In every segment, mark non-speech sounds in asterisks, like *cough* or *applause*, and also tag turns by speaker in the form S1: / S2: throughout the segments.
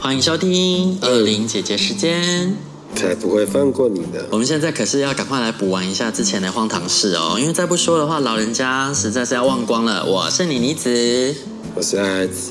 S1: 欢迎收听二零姐姐时间。
S2: 才不会放过你的。
S1: 我们现在可是要赶快来补完一下之前的荒唐事哦，因为再不说的话，老人家实在是要忘光了。我是你妮子，
S2: 我是爱子，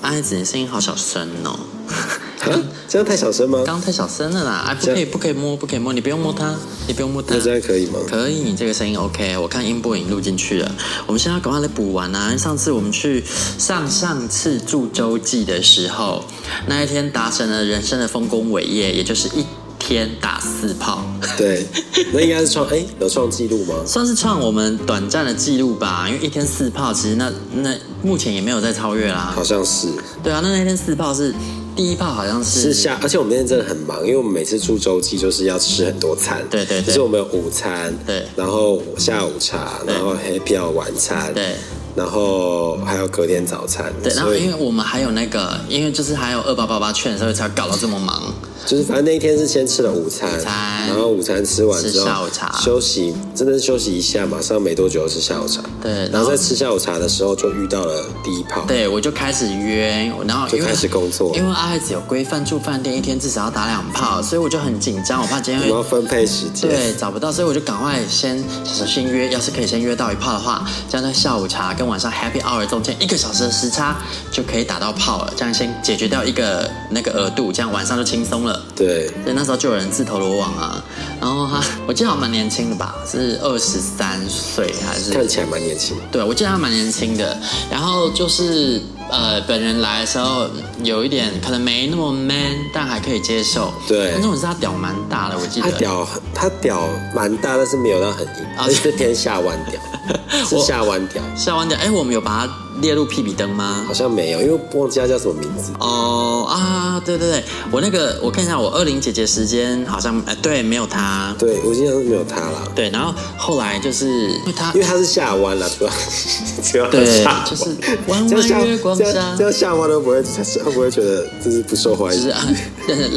S1: 爱子，你声音好小声哦，
S2: 哈，这样太小声吗？
S1: 刚刚太小声了啦，哎，不
S2: 这
S1: 可
S2: 样
S1: 以，不可以摸，不可以摸，你不用摸它，你不用摸它
S2: 那。这样可以吗？
S1: 可以，你这个声音 OK，我看音波已经录进去了。我们现在要赶快来补完啊！因为上次我们去上上次住洲记的时候，那一天达成了人生的丰功伟业，也就是一天打四炮。 *laughs*
S2: 对，那应该是创哎、有创纪录吗？
S1: 算是创我们短暂的记录吧，因为一天四炮，其实那那目前也没有再超越啦
S2: 好。像是
S1: 对啊，那那天四炮是第一炮，好像是
S2: 是下，而且我们那天真的很忙，因为我们每次出周记就是要吃很多餐，
S1: 对对对
S2: 就是我们有午餐，
S1: 对
S2: 然后下午茶，然后 happy hour 晚餐，
S1: 对，
S2: 然后还有隔天早餐，
S1: 对，然后
S2: 所
S1: 因
S2: 以
S1: 为我们还有那个，因为就是还有二八八八券，所以才搞到这么忙。
S2: 就是反正那一天是先吃了午餐，
S1: 餐
S2: 然后午餐吃完之
S1: 吃
S2: 后
S1: 下午茶
S2: 休息，真的是休息一下，马上没多久是下午茶，
S1: 对然
S2: 然
S1: 后
S2: 后在吃下午茶的时候就遇到了第一炮，
S1: 对，我就开始约，然后因为
S2: 就开始工作
S1: 因为阿爱子有规范住饭店一天至少要打两炮，所以我就很紧张，我怕今天
S2: 我
S1: 会
S2: 们要分配时间。
S1: 对，找不到，所以我就赶快先首先约，要是可以先约到一炮的话，这样在下午茶跟晚上 Happy Hour 中间一个小时的时差就可以打到炮了，这样先解决掉一个那个额度，这样晚上就轻松了。
S2: 对
S1: 所以那时候就有人自投罗网啊，然后他我记得他蛮年轻的吧，是二十三岁还是
S2: 看起来蛮年轻。
S1: 对，我记得他蛮年轻的。然后就是呃，本人来的时候有一点可能没那么 man，但还可以接受。
S2: 对
S1: 那种是他屌蛮大的，我记
S2: 他
S1: 得。
S2: 屌，他屌蛮大，但是没有到很
S1: 哦
S2: 硬，而且是偏下弯
S1: *laughs*
S2: 屌，是下弯屌，
S1: 下完屌，哎，我们有把它列入屁比登吗
S2: 好？像没有，因为忘记他叫什么名字。
S1: 哦啊，对对对，我那个我看一下，我二零姐姐时间好像呃对，没有他。
S2: 对，我印象是没有他啦，
S1: 对，然后后来就是因为他
S2: 因为他是下弯啦，
S1: *laughs*
S2: 主要主要
S1: 对
S2: 下弯
S1: 就是弯弯
S2: 这样下
S1: 月光
S2: 这
S1: 下
S2: 样这样下弯都不会，会不会觉得就是不受欢
S1: 就是
S2: 迎？
S1: 啊，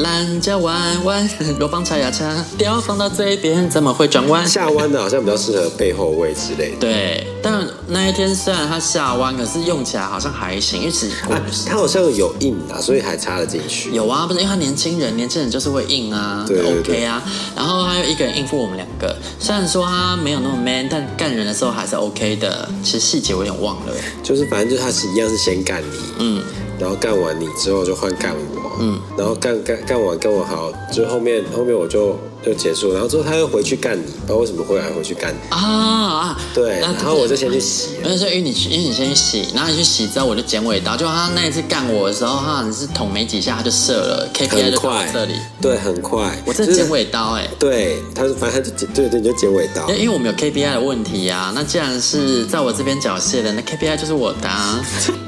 S1: *laughs* 懒叫弯弯，罗邦插牙叉，雕放到嘴边怎么会转弯？
S2: 下弯的好像比较适合背后位之类
S1: *laughs*
S2: 的。
S1: 对，但那一天虽然它下弯，可是用起来好像还行，因为其实我
S2: 啊
S1: 们是
S2: 他好像有硬啊，所以还插了进去。
S1: 有啊，不是因为他年轻人，年轻人就是会硬啊
S2: 对对
S1: o k 啊。然后还有一个人应付我们两个，虽然说他没有那么 man，但干人的时候还是 OK 的。其实细节我有点忘了，
S2: 就是反正就是他是一样是先干你，嗯，然后干完你之后就换干我，嗯，然后干干干完干我好，就后面后面我就就结束，然后之后他又回去干你，不知道为什么会还回去干你，
S1: 啊啊，
S2: 对，
S1: 那
S2: 然后我就先去洗了，
S1: 那时候因为你去，因为你先去洗，然后你去洗之后，我就剪尾刀。就他那一次干我的时候，他好像是捅没几下他就射了，KPI
S2: 很
S1: 就到
S2: 快，
S1: 这里。
S2: 对，很快，
S1: 我真
S2: 就
S1: 的
S2: 是
S1: 剪，尾刀哎、
S2: 对，他是反正他就剪，对对，你就剪尾刀
S1: 因，为因为我们有 KPI 的问题啊，那既然是在我这边缴械的，那 KPI 就是我的、啊， *laughs*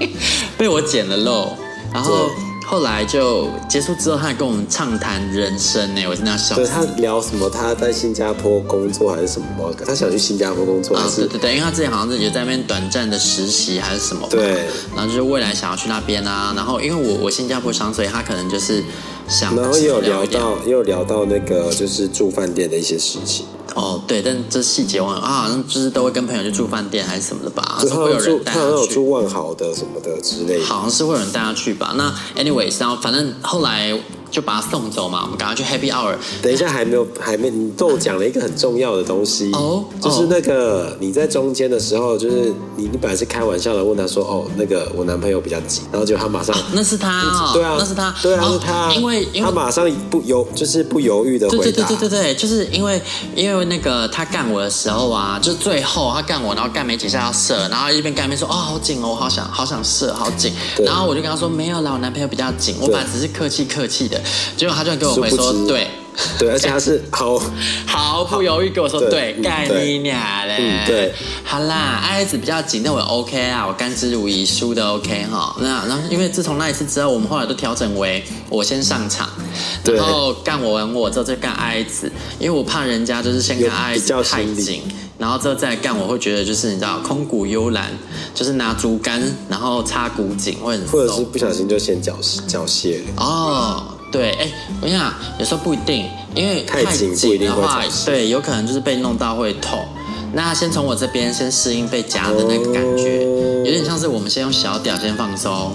S1: 被我捡了漏。然后后来就结束之后，他还跟我们畅谈人生欸呢、我真的要笑
S2: 对
S1: 死。
S2: 他聊什么？他在新加坡工作还是什么？他想去新加坡工作还
S1: 啊，对
S2: 是？
S1: 对对，因为他之前好像是有在那边短暂的实习还是什么吧，
S2: 对
S1: 然后就是未来想要去那边啊，然后因为我我新加坡商，所以他可能就是想
S2: 然后也有聊
S1: 一点
S2: 到，也有聊到那个就是住饭店的一些事情。
S1: 哦，对，但这细节忘了啊，好像就是都会跟朋友去住饭店还哦是什么的吧，
S2: 就
S1: 说
S2: 他
S1: 会有
S2: 有住，
S1: 人带
S2: 他好像有
S1: 去。
S2: 住万豪的什么的之类的。
S1: 好像是会有人带他去吧。那 anyways，然后反正后来就把他送走嘛，我们赶快去 Happy Hour。
S2: 等一下还没有，还没你跟我讲了一个很重要的东西
S1: 哦
S2: 就是那个你在中间的时候，就是你你本来是开玩笑的问他说，哦，那个我男朋友比较急，然后结果他马上。
S1: 那是他哦，
S2: 对啊，
S1: 那是他，
S2: 对啊，
S1: 哦
S2: 是他，
S1: 因为因为
S2: 他马上不犹，就是不犹豫的回答，
S1: 对对对对对对，就是因为因为那个他干我的时候啊，就最后他干我，然后干没几下要射，然后一边干一边说哦好紧哦，我好想好想射，好紧。
S2: 对
S1: 然后我就跟他说没有啦，我男朋友比较紧，我
S2: 对
S1: 本来只是客气客气的，结果他就跟我回
S2: 殊不
S1: 说
S2: 知
S1: 对。
S2: 对而且他是好，
S1: 毫不犹豫跟我说对
S2: 对，嗯
S1: 干
S2: 对
S1: 你娘嘞！
S2: 嗯对，
S1: 好啦，爱子比较紧，但我 OK 啊，我甘之如饴，输的 OK 哈。那然后因为自从那一次之后，我们后来都调整为我先上场，
S2: 对
S1: 然后干我完我之后再干爱子，因为我怕人家就是先
S2: 有
S1: 干爱
S2: 比
S1: 子
S2: 较
S1: 太
S2: 心理
S1: 紧。然后之后再干，我会觉得就是你知道空谷幽兰，就是拿竹竿然后插古井，会很
S2: 或者
S1: 松
S2: 是不小心就先缴缴械了。
S1: 哦，对，哎、我跟你讲，有时候不一定，因为
S2: 太紧不一
S1: 紧
S2: 定
S1: 的
S2: 会
S1: 话
S2: 潮，湿
S1: 对，有可能就是被弄到会痛。那先从我这边先适应被夹的那个感觉，
S2: 哦
S1: 有点像是我们先用小屌先放松，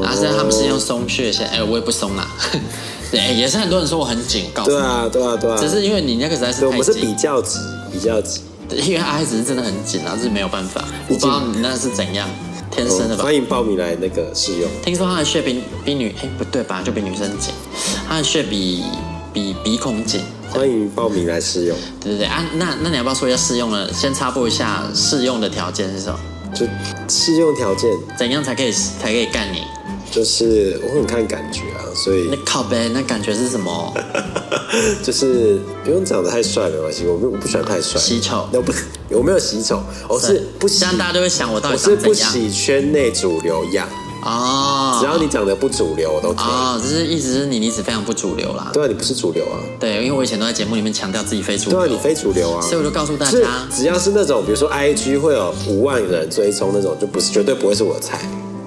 S1: 然后现在他们是用松穴先，哎、我也不松啦。 *laughs* 对，哎也是很多人说我很紧，告诉
S2: 对
S1: 你，
S2: 啊，对啊，对啊，
S1: 只是因为你那个实在是
S2: 对，我
S1: 太
S2: 们是比
S1: 紧，
S2: 较急，比较急。
S1: 因为阿只是真的很紧啊，这是没有办法，我不知道你那是怎样，天生的吧？
S2: 哦欢迎报名来那个试用。
S1: 听说他的血比比女，哎、不对吧，就比女生紧，他的血比比鼻孔紧。
S2: 欢迎报名来试用，
S1: 对对对啊，那那你要不要说一下试用的？先插播一下试用的条件是什么？
S2: 就试用条件
S1: 怎样才可以才可以干你？
S2: 就是我很看感觉啊，所以
S1: 那靠呗，那感觉是什么？
S2: 就是不用长得太帅没关系，我没有我不喜欢太帅，
S1: 洗丑啊
S2: 那不我没有洗丑，我是不洗
S1: 这，样大家都会想我到
S2: 我
S1: 底
S2: 是
S1: 长
S2: 不
S1: 怎样？
S2: 洗圈内主流样，
S1: 哦，
S2: 只要你长得不主流我都可以。
S1: 哦，就是意思是你离子非常不主流啦。
S2: 对啊，你不是主流啊，
S1: 对，因为我以前都在节目里面强调自己非主
S2: 对
S1: 流，
S2: 啊，你非主流啊，
S1: 所以我就告诉大
S2: 是
S1: 家，
S2: 只要是那种，比如说 IG 会有五万人追踪那种，就不是绝对不会是我的菜。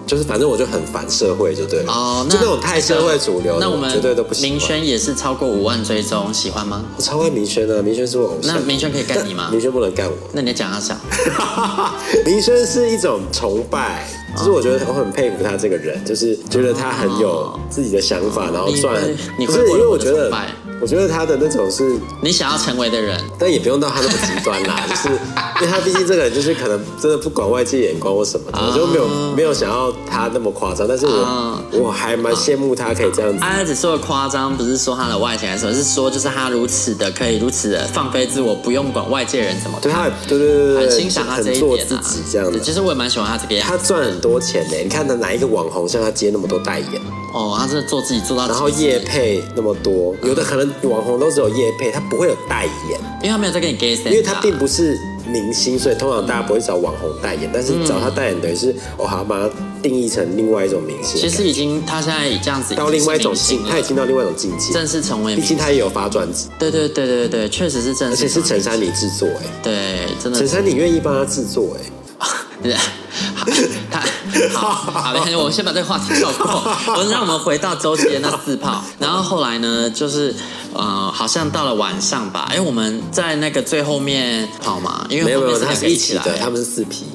S2: 就是反正我就很反社会，就对了。
S1: 哦，那
S2: 就那种太社会主流的，
S1: 那我们
S2: 绝对都不喜
S1: 明
S2: 欢。
S1: 轩也是超过五万追踪，喜欢吗？
S2: 我超爱明轩啊的，明轩是我偶像。
S1: 那明轩可以干你吗
S2: 但明轩不能干我。 *laughs*
S1: 那你讲一下，
S2: 明轩是一种崇拜，就是我觉
S1: 哦
S2: 得我很佩服他这个人，就是觉得他很有自己的想法，然后
S1: 你
S2: 赚很。
S1: 你
S2: 不是
S1: 会
S2: 因为我
S1: 我的
S2: 觉
S1: 崇
S2: 得
S1: 拜，
S2: 我觉得他的那种是
S1: 你想要成为的人，
S2: 但也不用到他那么极端
S1: *laughs*
S2: 啦，就是因为他毕竟这个人就是可能真的不管外界眼光或什么的，我就没有没有想要他那么夸张，但是我、
S1: 啊
S2: 我还蛮羡慕他可以这样子。
S1: 阿只说的夸张，不是说他的外形还是什么，是说就是他如此的可以如此的放飞自我，不用管外界人怎么
S2: 对
S1: 看，
S2: 他，对对对对
S1: 很
S2: 对，
S1: 欣赏他
S2: 就
S1: 这
S2: 很
S1: 一
S2: 做
S1: 点
S2: 自
S1: 啊
S2: 己这样
S1: 对
S2: 的。
S1: 其实我也蛮喜欢他这个样子。
S2: 他赚很多钱呢，你看他哪一个网红像他接那么多代言，
S1: 哦，他真的做自己做到极
S2: 然
S1: 致，
S2: 后业配那么多，
S1: 嗯
S2: 有的可能网红都只有业配，他不会有代言，
S1: 因为他没有在跟你 gay
S2: 因为他并不是明星，所以通常大家不会找网红代言，但是
S1: 嗯
S2: 找他代言等于是哦，好把它定义成另外一种明星的感觉。
S1: 其实已经他现在这样子已经
S2: 到
S1: 是
S2: 另外一种
S1: 明星
S2: 境，
S1: 了
S2: 他已经到另外一种境界。
S1: 正式成为
S2: 毕
S1: 明星。
S2: 竟他也有发专辑，
S1: 对对对对对，确实是正式，
S2: 而且是陈珊妮制作、哎，
S1: 对，真的
S2: 陈珊妮愿意帮他制作、哎，
S1: 对，好他好好，没关系我们先把这个话题跳过。我让我们回到周杰那四炮，然后后来呢，就是呃，好像到了晚上吧，哎，我们在那个最后面跑嘛，因
S2: 没
S1: 为
S2: 有
S1: 后
S2: 没
S1: 面是
S2: 有，他
S1: 两
S2: 是
S1: 个
S2: 一
S1: 起
S2: 起
S1: 来
S2: 的，他们是四批，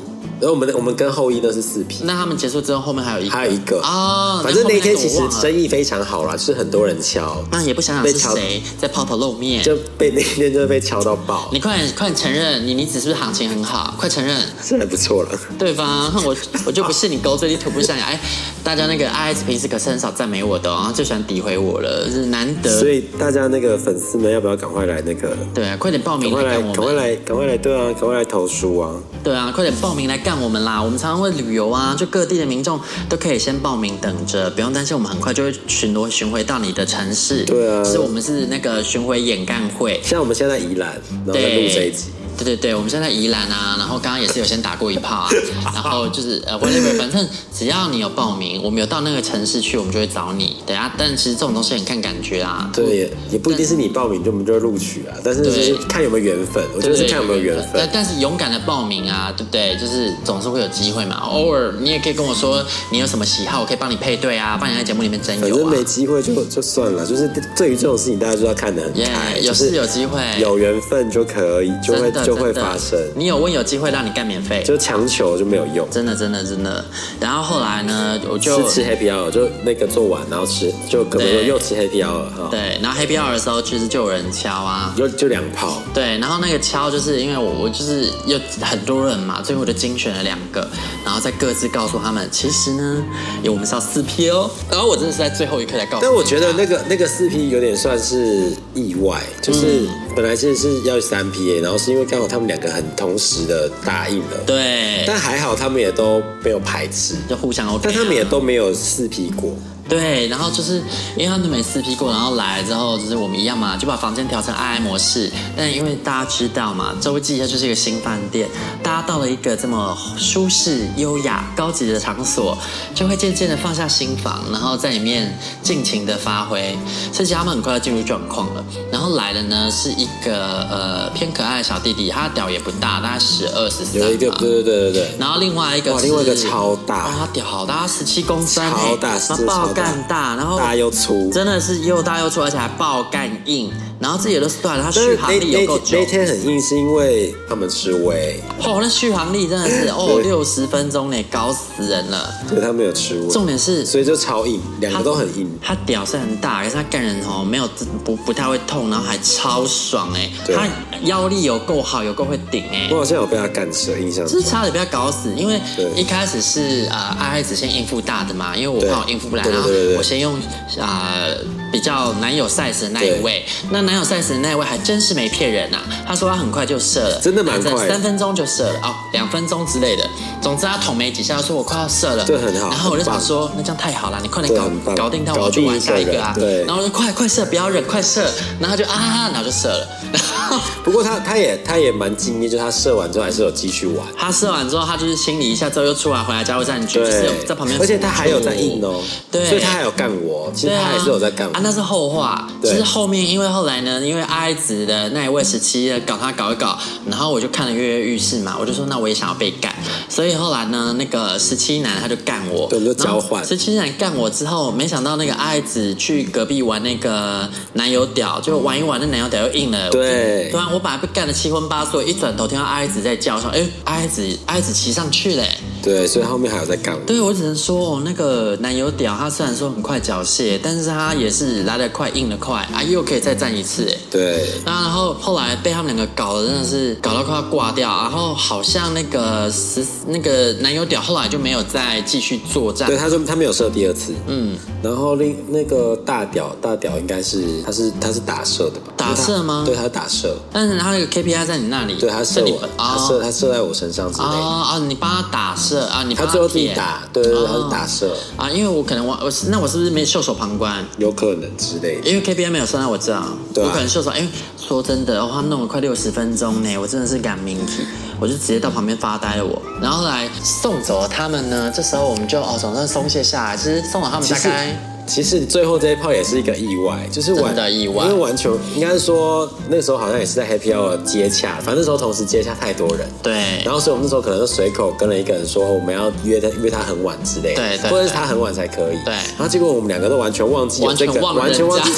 S2: 然后我们的我们跟后羿那是四批，
S1: 那他们结束之后，后面还有一个
S2: 还有一个
S1: 哦，
S2: 反正
S1: 后面
S2: 那天
S1: 个
S2: 其
S1: 我
S2: 实
S1: 忘了
S2: 生意非常好啦，就是很多人敲，
S1: 那也不想想
S2: 被
S1: 是
S2: 敲
S1: 谁在泡泡露面。
S2: 就被那天就被敲到爆，
S1: 你快点快点承认，你你只是不是行情很好？快承认，
S2: 这还不错了。
S1: 对吧？哼 *laughs* 我我就不信你狗嘴里吐不象牙。哎，大家那个 I S 平时可是很少赞美我的哦，最喜欢诋毁我了，是难得
S2: 所以大家那个粉丝们要不要赶快来那个？
S1: 对，快点报
S2: 赶
S1: 名
S2: 快
S1: 来
S2: 来，
S1: 干
S2: 赶
S1: 我
S2: 快
S1: 们！
S2: 来，赶快来！对啊，赶快来投书啊！
S1: 对啊，快点报名来干我们啦！我们常常会旅游啊，就各地的民众都可以先报名等着，不用担心，我们很快就会巡逻巡回到你的城市。
S2: 对啊
S1: 是我们是那个巡回演干会。
S2: 像我们现在在宜兰，然后在
S1: 对，
S2: 录这一集，
S1: 对对对，我们现在宜兰啊，然后刚刚也是有先打过一炮
S2: *laughs*
S1: 啊，然后就是呃 whatever，反正只要你有报名，我们有到那个城市去，我们就会找你。等一下，但其实这种东西很看感觉啊。
S2: 对，也也不一定是你报名就我们就会录取啊，但是就是
S1: 对
S2: 看有没有缘分，我觉得是看有没有缘
S1: 但
S2: 分。
S1: 但是勇敢的报名啊，对不对？就是总是会有机会嘛。偶尔你也可以跟我说你有什么喜好，我可以帮你配对啊，帮你在节目里面征
S2: 反
S1: 友
S2: 正
S1: 啊
S2: 没。机会就就算了，就是对于这种事情，大家就要看得很
S1: 耶
S2: 开，
S1: 有
S2: 就
S1: 事
S2: 是
S1: 有机会，
S2: 有缘分就可以，就会
S1: 真的的
S2: 就会
S1: 真的
S2: 发生
S1: 你有问有机会让你干免费，
S2: 就强求就没有用。
S1: 真的真的真的。然后后来呢，我就是
S2: 吃 Happy Hour，就那个做完然后吃，就可能说
S1: 对
S2: 又吃 Happy Hour 哈，
S1: 对，然后 Happy Hour 的时候，其实就有人敲啊。
S2: 就就两炮，
S1: 对，然后那个敲就是因为我我就是有很多人嘛，最后我就精选了两个，然后再各自告诉他们，其实呢，有我们是要四 P 哦。然后我真的是在最后一刻才告诉大家。
S2: 但我觉得那个那个四 P 有点算是意外，
S1: 嗯
S2: 就是本来其实是要三 P，然后是因为刚好他们两个很同时的答应了，
S1: 对，
S2: 但还好他们也都没有排斥，
S1: 就互相 OK，、啊、
S2: 但他们也都没有四 P 过，
S1: 对，然后就是因为他们每次批过，然后来了之后，就是我们一样嘛，就把房间调成爱爱模式。但因为大家知道嘛，周记它就是一个新饭店，大家到了一个这么舒适、优雅、高级的场所，就会渐渐的放下心房，然后在里面尽情的发挥。所以其实他们很快就进入状况了。然后来的呢是一个呃偏可爱的小弟弟，他的屌也不大，大概十二十三
S2: 有一个
S1: 吧。
S2: 对对对对对。
S1: 然后另外一个
S2: 哇
S1: 是
S2: 另外一个超大
S1: 哇，它屌好大，十七公分，
S2: 超大
S1: 哎
S2: 是
S1: 那爆
S2: 超大
S1: 干大，然后
S2: 大又粗，
S1: 真的是又大又粗，而且还爆干硬，然后自己也都是断了，它
S2: 但
S1: 续
S2: 是
S1: 航
S2: 那
S1: 力有
S2: 那
S1: 够久
S2: 那。天很硬，是因为他们吃微，
S1: 哦，那续航力真的是哦，
S2: 对
S1: 六十分钟呢，搞死人了。
S2: 对，他们有吃微，
S1: 重点是
S2: 所以就超硬，两个都很硬。
S1: 它屌是很大，可是它干人哦，没有不不太会痛，然后还超爽哎，
S2: 对
S1: 它腰力有够好，有够会顶哎
S2: 我。好像有被他干折，印象
S1: 就
S2: 中
S1: 是差点被他搞死，因为
S2: 对
S1: 一开始是呃爱爱子先应付大的嘛，因为我
S2: 对
S1: 怕我应付不来，
S2: 对对
S1: 然后
S2: 对对对
S1: 我先用呃比较男友 size 的那一位，那男友 size 的那一位还真是没骗人呐、他说他很快就射了，
S2: 真的蛮快的
S1: 三分钟就射了哦，两分钟之类的，总之他捅没几下，他说我快要射了，
S2: 这很好
S1: 然后我就
S2: 很棒
S1: 想说那这样太好了，你快点
S2: 对很
S1: 搞
S2: 棒
S1: 搞定他，
S2: 搞
S1: 我去
S2: 定
S1: 玩
S2: 一
S1: 下
S2: 个
S1: 一个啊，
S2: 人对
S1: 然后我就快快射，不要忍，快射，然后他就啊，然后就射了， *laughs* 然后。
S2: 不过他他也他也蛮敬业，就是他射完之后还是有继续玩。
S1: 他射完之后，他就是清理一下之后又出来，回来加入战局，哎就是有
S2: 对，
S1: 在旁边，
S2: 而且他还有在硬哦，
S1: 对
S2: 所以他还有干我，其实
S1: 对啊
S2: 他还是有在干我
S1: 啊，。那是后话。就
S2: 对
S1: 是后面，因为后来呢，因为阿爱子的那一位时期搞他搞一搞，然后我就看了跃跃欲试嘛，我就说那我也想要被干，所以后来呢，那个十七男他就干我，
S2: 对我们就交换
S1: 十七男干我之后，没想到那个阿爱子去隔壁玩那个男友屌，就玩一玩，那男友屌又硬了，
S2: 对
S1: 对啊，我本来被干的七荤八素，一转头听到阿爱子在叫，我说哎，阿爱子，阿爱子骑上去嘞、
S2: 对，所以后面还有在干我。
S1: 对，我只能说哦，那个男友屌，他虽然说很快缴械，但是他也是来得快，硬得快，啊，又可以再战一次，哎。
S2: 对，
S1: 那然后后来被他们两个搞得真的是搞到快要挂掉，然后好像那个十那个男友屌后来就没有再继续作战
S2: 对，，他说他没有射第二次，
S1: 嗯，
S2: 然后另那个大屌大屌应该是他是他是打射的吧？
S1: 打射吗
S2: 对，他是打射，
S1: 但是他那个 KPI 在你那里，
S2: 对他射
S1: 是你
S2: 我，他射
S1: 哦
S2: 他射在我身上之类的，
S1: 哦哦，你帮他打射啊，你
S2: 他
S1: 帮
S2: 最后自己
S1: 撇
S2: 打，对对对，他
S1: 哦
S2: 是打射，
S1: 啊，因为我可能我我是那我是不是没袖手旁观？
S2: 有可能之类的。
S1: 因为 KPI 没有算在我这啊，
S2: 对啊
S1: 我可能袖手。因为说真的，哦、他弄了快六十分钟呢，我真的是赶明体，我就直接到旁边发呆了我。然后后来送走了他们呢，这时候我们就哦总算松懈下来。其实送走他们
S2: 其
S1: 大
S2: 实
S1: 概，
S2: 其实最后这一炮也是一个意外，就是完
S1: 真的意外
S2: 因为完全应该是说那时候好像也是在 Happy Hour 接洽，反正那时候同时接洽太多人。
S1: 对
S2: 然后，所以我们那时候可能就随口跟了一个人说，哦我们要约他约他很晚之类的，
S1: 对对
S2: 或者是他很晚才可以。
S1: 对
S2: 然后结果我们两个都完全忘记有
S1: 完
S2: 这
S1: 全
S2: 个，
S1: 忘了
S2: 完
S1: 人
S2: 全
S1: 家
S2: 忘记。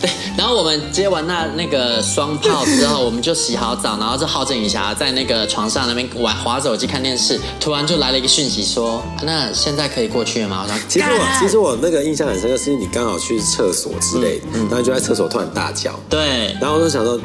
S1: *laughs* 对，然后我们接完那那个双炮之后，我们就洗好澡，然后就好整以暇，在那个床上那边玩划手机看电视，突然就来了一个讯息说，那现在可以过去了吗？我说
S2: 其实我
S1: 干啊
S2: 其实我那个印象很深刻，是你刚好去厕所之类
S1: 嗯
S2: 的，然后你就在厕所突然大叫，
S1: 对。
S2: 然后我就想说，你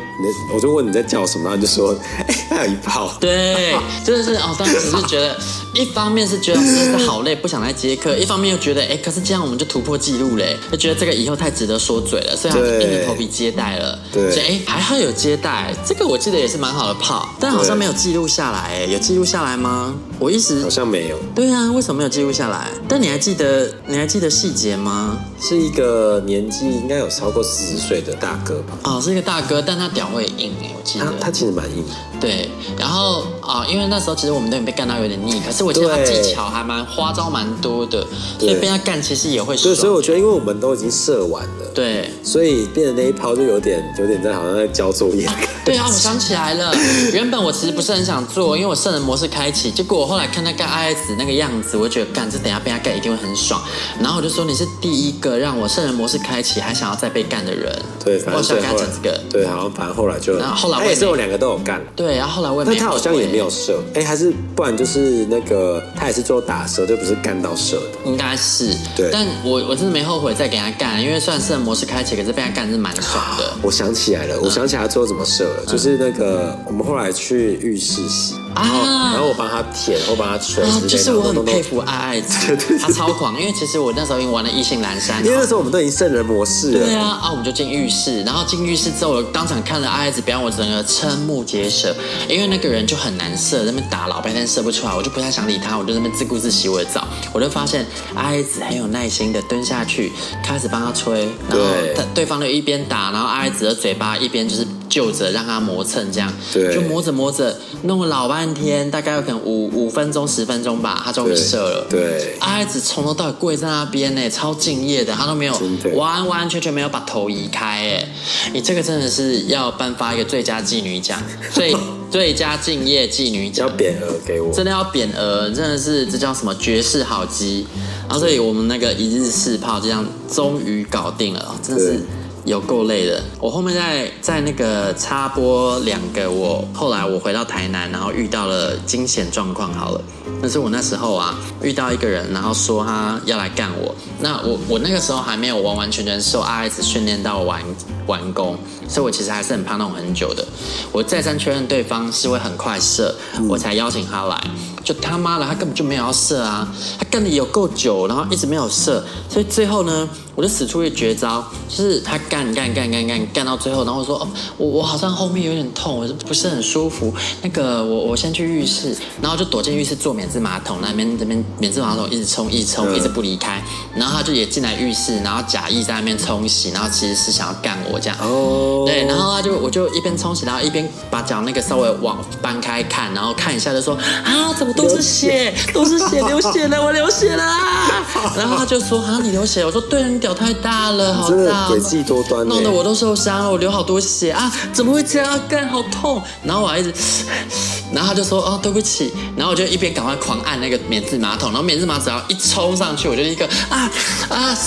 S2: 我就问你在叫什么，然后你就说， *laughs* 哎，还有一炮。
S1: 对，真的是哦，当时是觉得，一方面是觉得真的是好累，不想来接客；一方面又觉得，哎，可是这样我们就突破记录嘞，就觉得这个以后太值得说嘴了，所以他就
S2: 对
S1: 硬着头皮接待了。
S2: 对
S1: 所以哎，还好有接待，这个我记得也是蛮好的泡，但好像没有记录下来，哎，有记录下来吗？我一时
S2: 好。像没有，
S1: 对啊，为什么没有记录下来？但你还记得你还记得细节吗？
S2: 是一个年纪应该有超过四十岁的大哥吧。
S1: 哦，是一个大哥，但他屌会硬哎、我记得
S2: 他他其实蛮硬的，
S1: 对，然后啊、因为那时候其实我们都已经被干到有点腻，可是我记得他
S2: 对
S1: 技巧还蛮花招蛮多的，所
S2: 对
S1: 以被他干其实也会爽。
S2: 对，所以我觉得，因为我们都已经射完了，，
S1: 对
S2: 所以变得那一炮就有点有点在好像在交作业的感觉。
S1: 对啊，我想起来了，原本我其实不是很想做，因为我圣人模式开启，结果我后来看他干 IS 那个样子，我就觉得干这等一下被他干一定会很爽，然后我就说你是第一一个让我圣人模式开启，还想要再被干的人。
S2: 对，反
S1: 我想
S2: 正最
S1: 跟他
S2: 后来
S1: 讲这个。
S2: 对，啊好像反正后来就，
S1: 然后后来我
S2: 他
S1: 也
S2: 也是
S1: 没
S2: 有两个都有干，
S1: 对，然后后来我也
S2: 但
S1: 没，
S2: 他好像也没有，射，哎，还是不然就是那个他也是做打射，就不是干到射的。
S1: 应该是。
S2: 对
S1: 但我我真的没后悔再给他干，因为虽然圣人模式开启，可是被他干是蛮爽的
S2: 我想起来
S1: 嗯
S2: 了，我想起来他最后怎么射了，就是那个我们后来去浴室洗，然后
S1: 啊
S2: 然后我帮他舔，我帮他吹
S1: 啊
S2: 之类，的，
S1: 就是我
S2: 然后
S1: 很
S2: 弄弄
S1: 佩服爱爱
S2: *laughs*
S1: 子，他超狂，因为其实我那时候已经玩了异性阑珊，
S2: 因为
S1: 然
S2: 那
S1: 后
S2: 时候我们都已经圣人模式了，
S1: 对啊，啊，我们就进浴室，然后进浴室之后，我当场看了阿爱子表演，我整个瞠目结舌，因为那个人就很难射，在那边打老半天射不出来，我就不太想理他，我就在那边自顾自洗我的澡，我就发现阿爱子很有耐心的蹲下去，开始帮他吹，然后
S2: 对
S1: 他对方就一边打，然后阿爱子的嘴巴一边就是。就着让他磨蹭，这样
S2: 对
S1: 就磨着磨着，弄了老半天，大概有可能五五分钟十分钟吧，他终于
S2: 对
S1: 射了。
S2: 对，
S1: 阿爱子从头到尾跪在那边呢，超敬业的，他都没有
S2: 真的
S1: 完完全全没有把头移开哎，你这个真的是要颁发一个最佳妓女奖，最最佳敬业妓女
S2: 要
S1: 奖，
S2: 匾额给我，
S1: 真的要匾额，真的是这叫什么绝世好鸡。然后所以我们那个一日四炮这样终于搞定了，哦真的是
S2: 对。
S1: 有够累的，我后面在在那个插播两个我，后来我回到台南，然后遇到了惊险状况。好了，但是我那时候啊遇到一个人，然后说他要来干我，那我我那个时候还没有完完全全受 RS 训练到完完工，所以我其实还是很怕那种很久的。我再三确认对方是会很快射，我才邀请他来。就他妈的，他根本就没有要射啊！他干的有够久，然后一直没有射，所以最后呢，我就使出一个绝招，就是他干干干干干干到最后，然后我说哦，我我好像后面有点痛，我不是很舒服，那个我我先去浴室，然后就躲进浴室坐免治马桶那边这边免治马桶一直冲一直冲
S2: 嗯
S1: 一直不离开，然后他就也进来浴室，然后假意在那边冲洗，然后其实是想要干我这样。
S2: 哦，
S1: 对，然后他就我就一边冲洗，然后一边把脚那个稍微往搬开看，然后看一下就说啊，怎么都是血， *laughs* 都是血，流血了，我流血了啊！然后他就说啊，你流血了，我说对，你屌太大了，好
S2: 真的
S1: 大，
S2: 诡计多端呢欸
S1: 弄得我都受伤了，我流好多血啊，怎么会这样？干好痛！然后我还一直， *laughs* 然后他就说哦，对不起，然后我就一边赶快狂按那个免治马桶，然后免治马桶只要一冲上去，我就一个啊啊！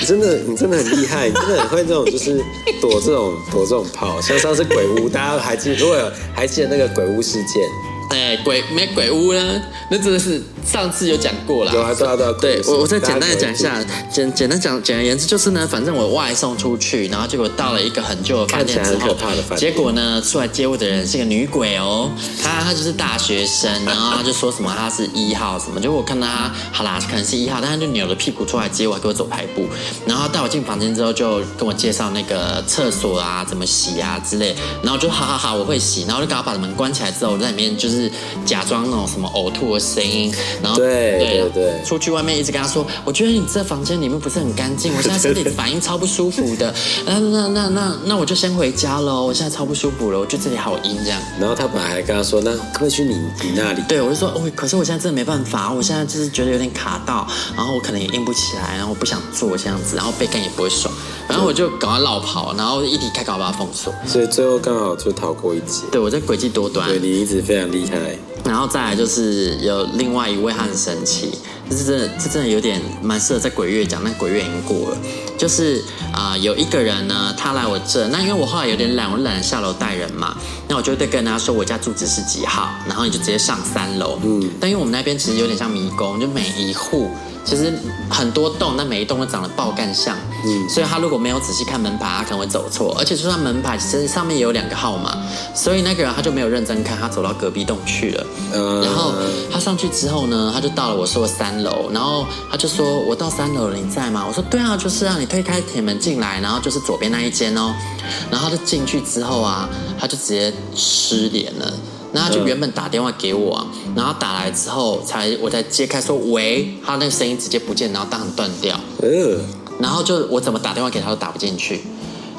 S2: 你真的，你真的很厉害，你真的很会这种，就是躲这种躲这种炮。像上次鬼屋，大家还记，如果有还记得那个鬼屋事件，
S1: 哎、鬼没鬼屋呢？那真的是上次有讲过啦。
S2: 有啊，对啊，对啊，
S1: 对
S2: 鬼屋
S1: 我，我再简单的讲
S2: 大家可以
S1: 一下，简简单讲，简而言之就是呢，反正我外送出去，然后结果到了一个很旧的饭店之
S2: 看起来
S1: 后
S2: 很可怕的，饭
S1: 结
S2: 店
S1: 果呢，出来接我的人是个女鬼哦，她她就是大学生，然后她就说什么她是一号什么，结果我看到她，好啦，可能是一号，但她就扭了屁股出来接我，还给我走排步，然后带我进房间之后就跟我介绍那个厕所啊，怎么洗啊之类，然后我就好好好，我会洗，然后就赶快把门关起来之后，我在里面就是假装那种什么呕吐的声音，然后
S2: 对对对
S1: 出去外面一直跟他说，我觉得你这房间里面不是很干净，我现在身体反应超不舒服的。 *laughs* 那那那那那我就先回家喽，我现在超不舒服了，我觉得这里好阴这样。 *laughs*
S2: 然后他本来还跟他说，那可不可以去你你那里？
S1: 对，我就说，哦，可是我现在真的没办法，我现在就是觉得有点卡到，然后我可能也硬不起来，然后我不想做这样子，然后被干也不会爽，然后我就赶快绕跑，然后一离开赶快把它封锁。
S2: 所以最后刚好就逃过一劫。
S1: 对我这诡计多端啊
S2: 对，你一直非常厉害，
S1: 然后再来就是有另外一位，他很神奇，这真的这真的有点蛮适合在鬼月讲，但鬼月已经过了。就是啊、呃有一个人呢，他来我这，那因为我后来有点懒，我懒得下楼带人嘛，那我就会跟他说我家住址是几号，然后你就直接上三楼。嗯，但因为我们那边其实有点像迷宫，就每一户其实很多栋，但每一栋都长得爆干像。嗯，所以他如果没有仔细看门牌，他可能会走错。而且就算门牌其实上面也有两个号码，所以那个人他就没有认真看，他走到隔壁栋去了。
S2: 嗯
S1: 然后他上去之后呢，他就到了我说的三楼，然后他就说：“我到三楼了，你在吗？”我说：“对啊，就是啊，你推开铁门进来，然后就是左边那一间哦。”然后他就进去之后啊，他就直接失联了。然后他就原本打电话给我、啊，然后打来之后才我才揭开说喂，他那个声音直接不见，然后当场断掉。
S2: 呃，
S1: 然后就我怎么打电话给他都打不进去。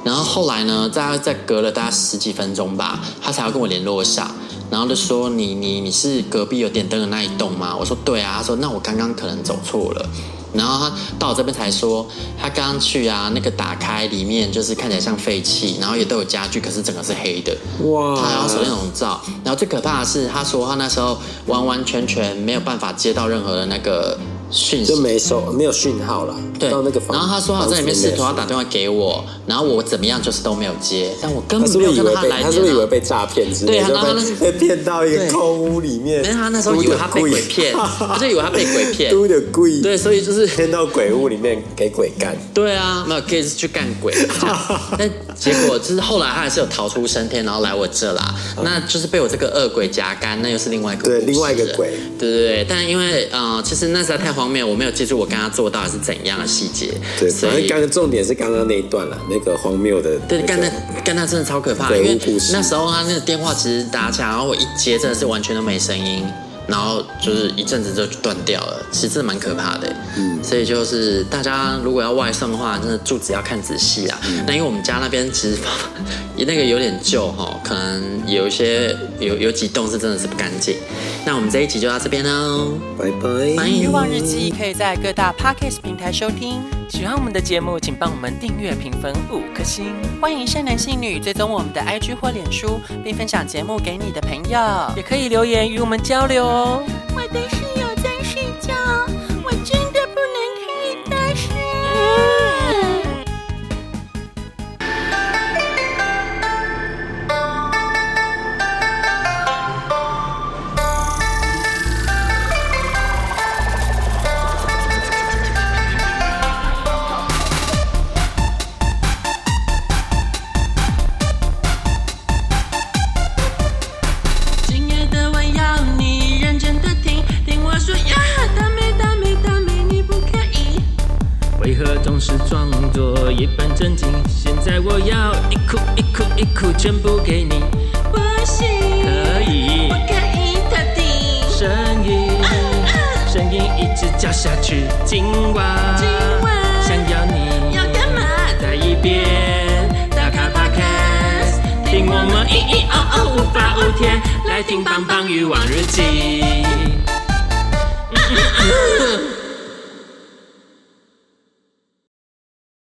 S1: 然后后来呢，大概再隔了大概十几分钟吧，他才要跟我联络上，然后就说你你你是隔壁有点灯的那一栋吗？我说对啊，他说那我刚刚可能走错了。然后他到我这边才说，他刚刚去啊，那个打开里面就是看起来像废弃，然后也都有家具，可是整个是黑的。
S2: 哇
S1: 他还要手电筒照，然后最可怕的是，他说他那时候完完全全没有办法接到任何的那个讯息
S2: 就。没收没有讯号了，
S1: 对，
S2: 到那个房，
S1: 然后他说好在里面试图要
S2: 他
S1: 打电话给我，然后我怎么样就是都没有接，但我根
S2: 他
S1: 本
S2: 是
S1: 没
S2: 不
S1: 有
S2: 是以
S1: 看到
S2: 为
S1: 他来
S2: 被他是不
S1: 电
S2: 是以为
S1: 啊。
S2: 被诈骗之
S1: 对
S2: 类，
S1: 啊
S2: 就
S1: 然后他那
S2: 被 *laughs* 被骗到一
S1: 对
S2: 个空屋里面？
S1: 但是他那时候以为他被鬼骗， *laughs* 他就以为他被鬼
S2: *laughs*
S1: 骗。
S2: 都的贵，
S1: 对，所以就是
S2: 骗到鬼屋里面给鬼干。
S1: 对啊，没有可以去干鬼， *laughs* 这样但结果就是后来他还是有逃出升天，然后来我这啦，那就是被我这个恶鬼夹干，那又是另外一个
S2: 嗯对
S1: 故事
S2: 另外一个鬼，
S1: 对对对，但因为呃，其实那实在太荒谬，我没有记住我跟他做到底是怎样的细节，
S2: 对，
S1: 所
S2: 反正
S1: 以
S2: 刚刚重点是刚刚那一段了，那个荒谬的、
S1: 对，
S2: 那
S1: 干
S2: 个
S1: 那干那真的超可怕，因
S2: 鬼屋
S1: 为
S2: 故事
S1: 那时候他啊那个电话其实打起来，然后我一接真的是完全都没声音，然后就是一阵子就断掉了，其实真的蛮可怕的。嗯，所以就是大家如果要外送的话，真的住址要看仔细啊。
S2: 嗯
S1: 那因为我们家那边其实那个有点旧哈、可能有一些有有几栋是真的是不干净。那我们这一集就到这边喽，
S2: 拜拜。
S1: 拜
S3: 欲望日记可以在各大 podcast 平台收听。喜欢我们的节目，请帮我们订阅、评分五颗星。欢迎善男信女追踪我们的 IG 或脸书，并分享节目给你的朋友，也可以留言与我们交流哦。
S4: 我的室友在睡觉，我真的不能开大声。亲爱的，我要你认真的听，听我说呀，大美大美大美，你不可以。
S5: 为何总是装作一本正经？现在我要一哭一哭一哭，全部给你，
S4: 不行，
S5: 可以
S4: 不，可以特地。
S5: 声音，声音一直叫下去，今晚，
S4: 今晚
S5: 想要你，
S4: 要干嘛？
S5: 再一遍，打开 Podcast，听我们咿咿哦哦无法无天，来听棒棒鱼网日记。